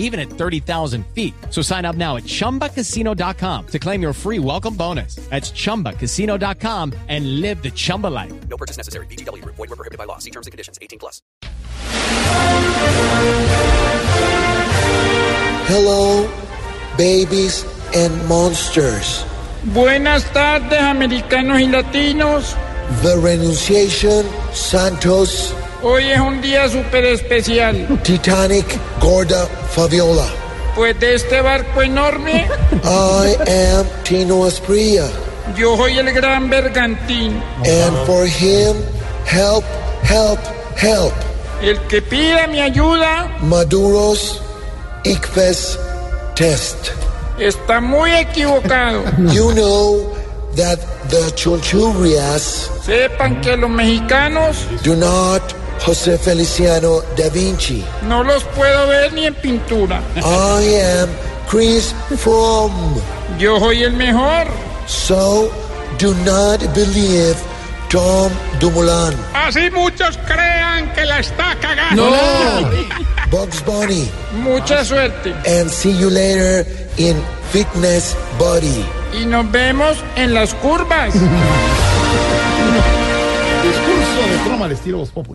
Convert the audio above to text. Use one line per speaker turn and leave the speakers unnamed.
even at 30,000 feet. So sign up now at ChumbaCasino.com to claim your free welcome bonus. That's ChumbaCasino.com and live the Chumba life.
No purchase necessary. BGW. Void were prohibited by law. See terms and conditions. 18 plus.
Hello, babies and monsters.
Buenas tardes, americanos y latinos.
The Renunciation, Santos,
Hoy es un día súper especial,
Titanic, Gorda, Fabiola.
pues de este barco enorme,
I am Tino Espria,
yo soy el gran bergantín.
and for him, help, help, help.
El que pida mi ayuda
Maduros, Ikfes, Test.
está muy equivocado.
You know that the Chulchurias
Sepan que los mexicanos
do not Jose Feliciano da Vinci.
no los puedo ver ni en pintura.
I am Chris Fromm.
Yo soy el mejor.
So do not believe Tom Dumoulin,
Así muchos crean que la está cagando.
Bugs Bunny,
Mucha suerte
and see you later in Fitness Buddy.
y nos vemos en las curvas.
Discurso de broma al estilo Voz Populi.